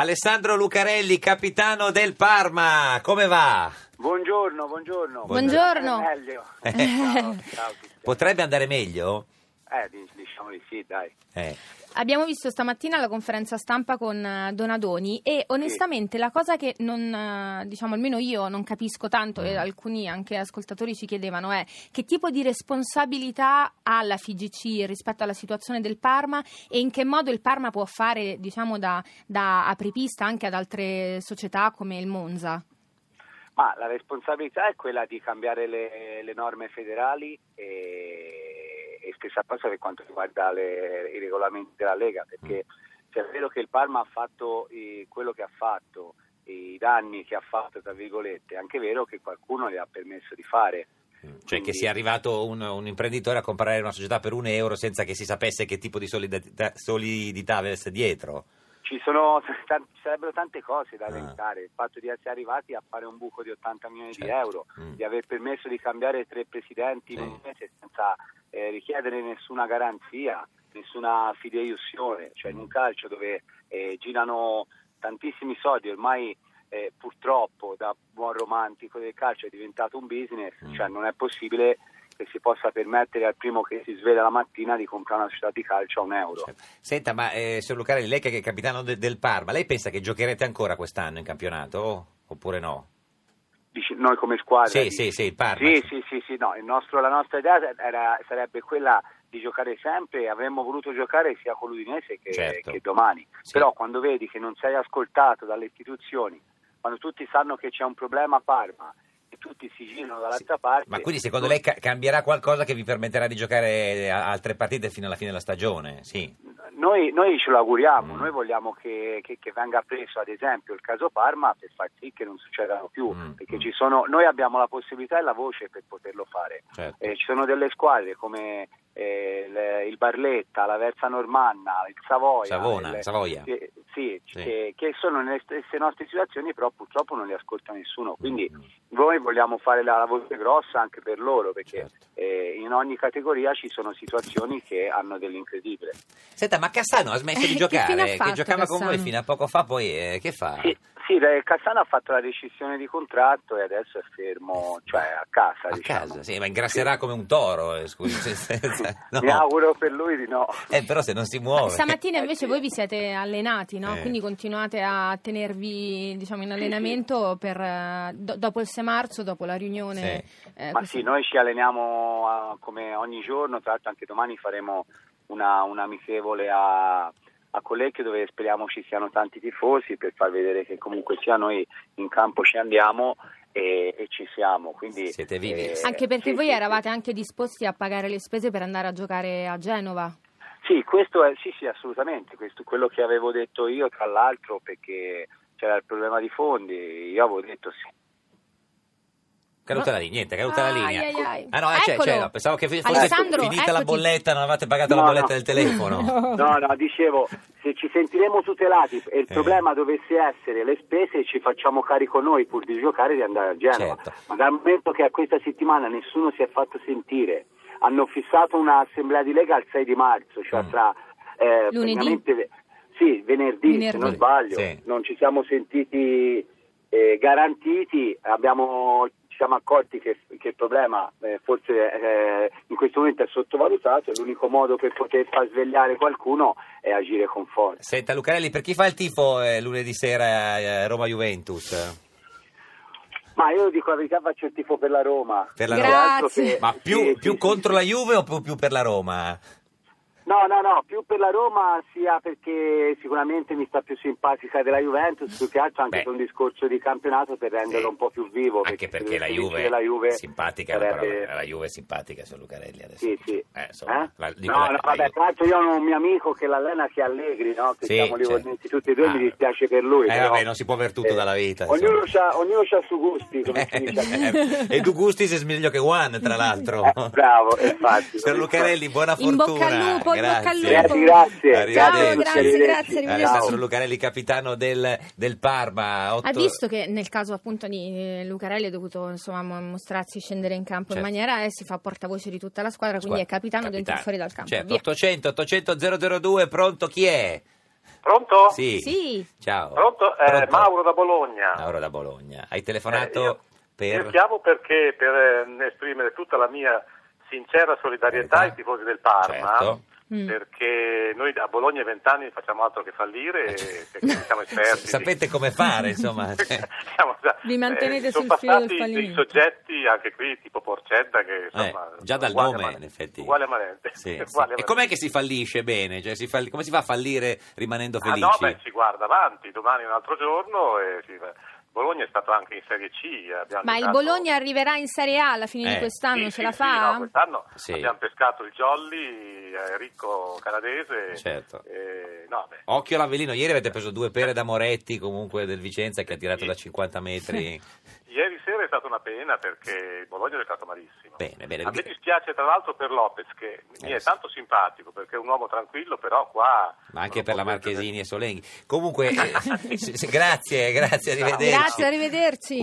Alessandro Lucarelli, capitano del Parma, come va? Buongiorno, buongiorno. Buongiorno. Eh, meglio. Ciao, ciao, Cristiano. Potrebbe andare meglio? Eh, di- diciamo di sì, dai. Eh. Abbiamo visto stamattina la conferenza stampa con eh, Donadoni e onestamente la cosa che non, eh, diciamo almeno io non capisco tanto e alcuni anche ascoltatori ci chiedevano è che tipo di responsabilità ha la FIGC rispetto alla situazione del Parma e in che modo il Parma può fare diciamo da, da apripista anche ad altre società come il Monza. Ma la responsabilità è quella di cambiare le, le norme federali e, e stessa cosa per quanto riguarda le- i regolamenti della Lega, perché se è vero che il Parma ha fatto eh, quello che ha fatto, i danni che ha fatto, tra virgolette, è anche vero che qualcuno gli ha permesso di fare. Cioè che Quindi- sia arrivato un, un imprenditore a comprare una società per un euro senza che si sapesse che tipo di solidità, solidità avesse dietro. Ci, sono, tan- ci sarebbero tante cose da Ah. elencare, il fatto di essere arrivati a fare un buco di 80 milioni di Certo. euro, Mm. di aver permesso di cambiare tre presidenti in Sì. un mese senza eh, richiedere nessuna garanzia, nessuna fideiussione, cioè in Mm. un calcio dove eh, girano tantissimi soldi, ormai eh, purtroppo da buon romantico del calcio è diventato un business, Mm. cioè non è possibile che si possa permettere al primo che si sveglia la mattina di comprare una società di calcio a un euro. Cioè, Senta, ma eh, signor Lucarelli, lei che è capitano de- del Parma, lei pensa che giocherete ancora quest'anno in campionato oppure no? Dici, noi come squadra Sì, dici? sì, sì, il Parma. Sì, sì, sì, sì, no, il nostro- la nostra idea era- sarebbe quella di giocare sempre, avremmo voluto giocare sia con l'Udinese che, Certo. che domani, Sì. però quando vedi che non sei ascoltato dalle istituzioni, quando tutti sanno che c'è un problema a Parma e tutti si girano dall'altra parte... Ma quindi secondo lei ca- cambierà qualcosa che vi permetterà di giocare a- altre partite fino alla fine della stagione? Sì. Noi, noi ce lo auguriamo, Mm. noi vogliamo che, che- che venga preso ad esempio il caso Parma per far sì che non succedano più, Mm, perché mm. ci sono, noi abbiamo la possibilità e la voce per poterlo fare. Certo. Eh, ci sono delle squadre come eh, il, il Barletta, la Versa Normanna, il Savoia, Savona, il- Savoia. che- sì, Sì. Che, che sono nelle stesse nostre situazioni, però purtroppo non le ascolta nessuno. Mm. Quindi Mm. noi vogliamo fare la, la voce grossa anche per loro, perché Certo. eh, in ogni categoria ci sono situazioni che hanno dell'incredibile. Senta, ma Cassano ha smesso Eh, di che giocare, fine ha che, fatto giocava con Cassano? voi fino a poco fa, poi eh, che fa? Sì, sì, eh, Cassano ha fatto la rescissione di contratto e adesso è fermo, cioè a casa. Eh. a diciamo. casa, sì, ma ingrasserà come un toro, eh, scusi. se- senza- no. Mi auguro per lui di no. Eh, però se non si muove. Stamattina Eh, invece sì. voi vi siete allenati, no? Eh. quindi continuate a tenervi diciamo, in allenamento per, eh, do- dopo il 6 marzo, dopo la riunione. eh, Ma così. sì, noi ci alleniamo ah, come ogni giorno, tra l'altro anche domani faremo una, un amichevole a, a Collecchio dove speriamo ci siano tanti tifosi per far vedere che comunque sia noi in campo ci andiamo e, e ci siamo. Quindi, eh, Siete vivi. Anche perché sì, voi sì, eravate anche disposti a pagare le spese per andare a giocare a Genova. Sì, questo è, sì, sì, assolutamente, questo è quello che avevo detto io tra l'altro perché c'era il problema di fondi, io avevo detto sì. Caduta la linea, niente, caduta la Ah, linea. ai, ai, ai. Ah no, eh, c'è, Eccolo. c'è, no, pensavo che fosse Alessandro, finita la eccoci. bolletta, non avevate pagato la No, bolletta no. del telefono. No, no, dicevo, se ci sentiremo tutelati e il Eh. problema dovesse essere le spese, ci facciamo carico noi pur di giocare e di andare a Genova. Certo. Ma dal momento che a questa settimana nessuno si è fatto sentire, hanno fissato un'assemblea di Lega al 6 di marzo, cioè Mm. tra eh, Lunedì? praticamente- sì, venerdì, se non Venerdì. sbaglio, Sì. non ci siamo sentiti eh, garantiti, abbiamo- ci siamo accorti che, che il problema eh, forse eh, in questo momento è sottovalutato e l'unico modo per poter far svegliare qualcuno è agire con forza. Senta Lucarelli, per chi fa il tifo eh, lunedì sera eh, Roma-Juventus? Ma io dico la verità, faccio il tifo per la Roma. Per la Più Roma. altro Grazie. che- Ma più, Eh, sì, più sì, contro sì. la Juve o più, più per la Roma? No, no, no, più per la Roma sia perché sicuramente mi sta più simpatica della Juventus, più che altro anche Beh. per un discorso di campionato per renderlo Sì. un po' più vivo. Anche perché se la dovessi Juve, vincere la Juve simpatica, la sarebbe- parola, la Juve è simpatica, signor Lucarelli. Adesso Sì, sì. Eh, insomma, Eh? la- dico no, la- no, la vabbè, Juve. tra l'altro io ho un mio amico che l'allena che è Allegri, no? Che Sì, siamo lì certo. connessi tutti e due, Ah. mi dispiace per lui. Eh, però- Eh, vabbè, non si può aver tutto dalla vita, Ognuno insomma. c'ha, ognuno c'ha suo gusti, come si dice. Eh, e tu gusti se meglio che Juan, tra l'altro. Eh, bravo, infatti. Signor Lucarelli, buona In fortuna. bocca al lupo, in bocca al Grazie. lupo. Grazie, grazie. Arrivederci. Ciao, grazie, grazie, arrivederci. Alessandro Lucarelli, capitano del, del Parma. Otto- Ha visto che nel caso appunto di eh, Lucarelli è dovuto insomma mo- mostrarsi scendere in campo in Certo. maniera e si fa portavoce di tutta la squadra, quindi è capitano, dentro e fuori dal campo. Certo, Via. 800 800 002, pronto chi è? Pronto? Sì. Sì. Ciao. Pronto? Eh, Pronto? Mauro da Bologna. Mauro da Bologna. Hai Ah. Eh, io- telefonato per... Io chiamo perché per eh, esprimere tutta la mia sincera Solidarietà. solidarietà ai tifosi del Parma. Certo. Mm. Perché noi a Bologna in vent'anni non facciamo altro che fallire, e perché non siamo esperti. Eh, Sapete eh. come fare, insomma. Siamo già- eh, Vi mantenete sono sul filo del passati dei fallimento. soggetti anche qui tipo Porcetta che insomma, Eh, già dal uguali a nome, Mare- in effetti. uguale a Manente Sì, sì. Uguale a E Manente. com'è che si fallisce bene? Cioè, si fall- Come si fa a fallire rimanendo Ah felici? no, beh, si guarda avanti, domani è un altro giorno. E si va- Bologna è stato anche in Serie C. abbiamo Ma il giocato- Bologna arriverà in Serie A alla fine Eh, di quest'anno, Sì, ce sì, la sì, fa? no, quest'anno Sì. abbiamo pescato il Jolly, eh, ricco canadese. Certo. Eh, no, beh, Occhio all'Avellino, ieri avete preso due pere da Moretti, comunque del Vicenza, che ha tirato da 50 metri. Ieri sera è stata una pena perché il Bologna è stato malissimo. Bene, bene. A me dispiace tra l'altro per Lopez che mi Eh, è sì. tanto simpatico perché è un uomo tranquillo, però qua... Ma anche non per la può essere- Marchesini e Solenghi. Comunque, eh, se- se- grazie, grazie, arrivederci. Grazie, arrivederci.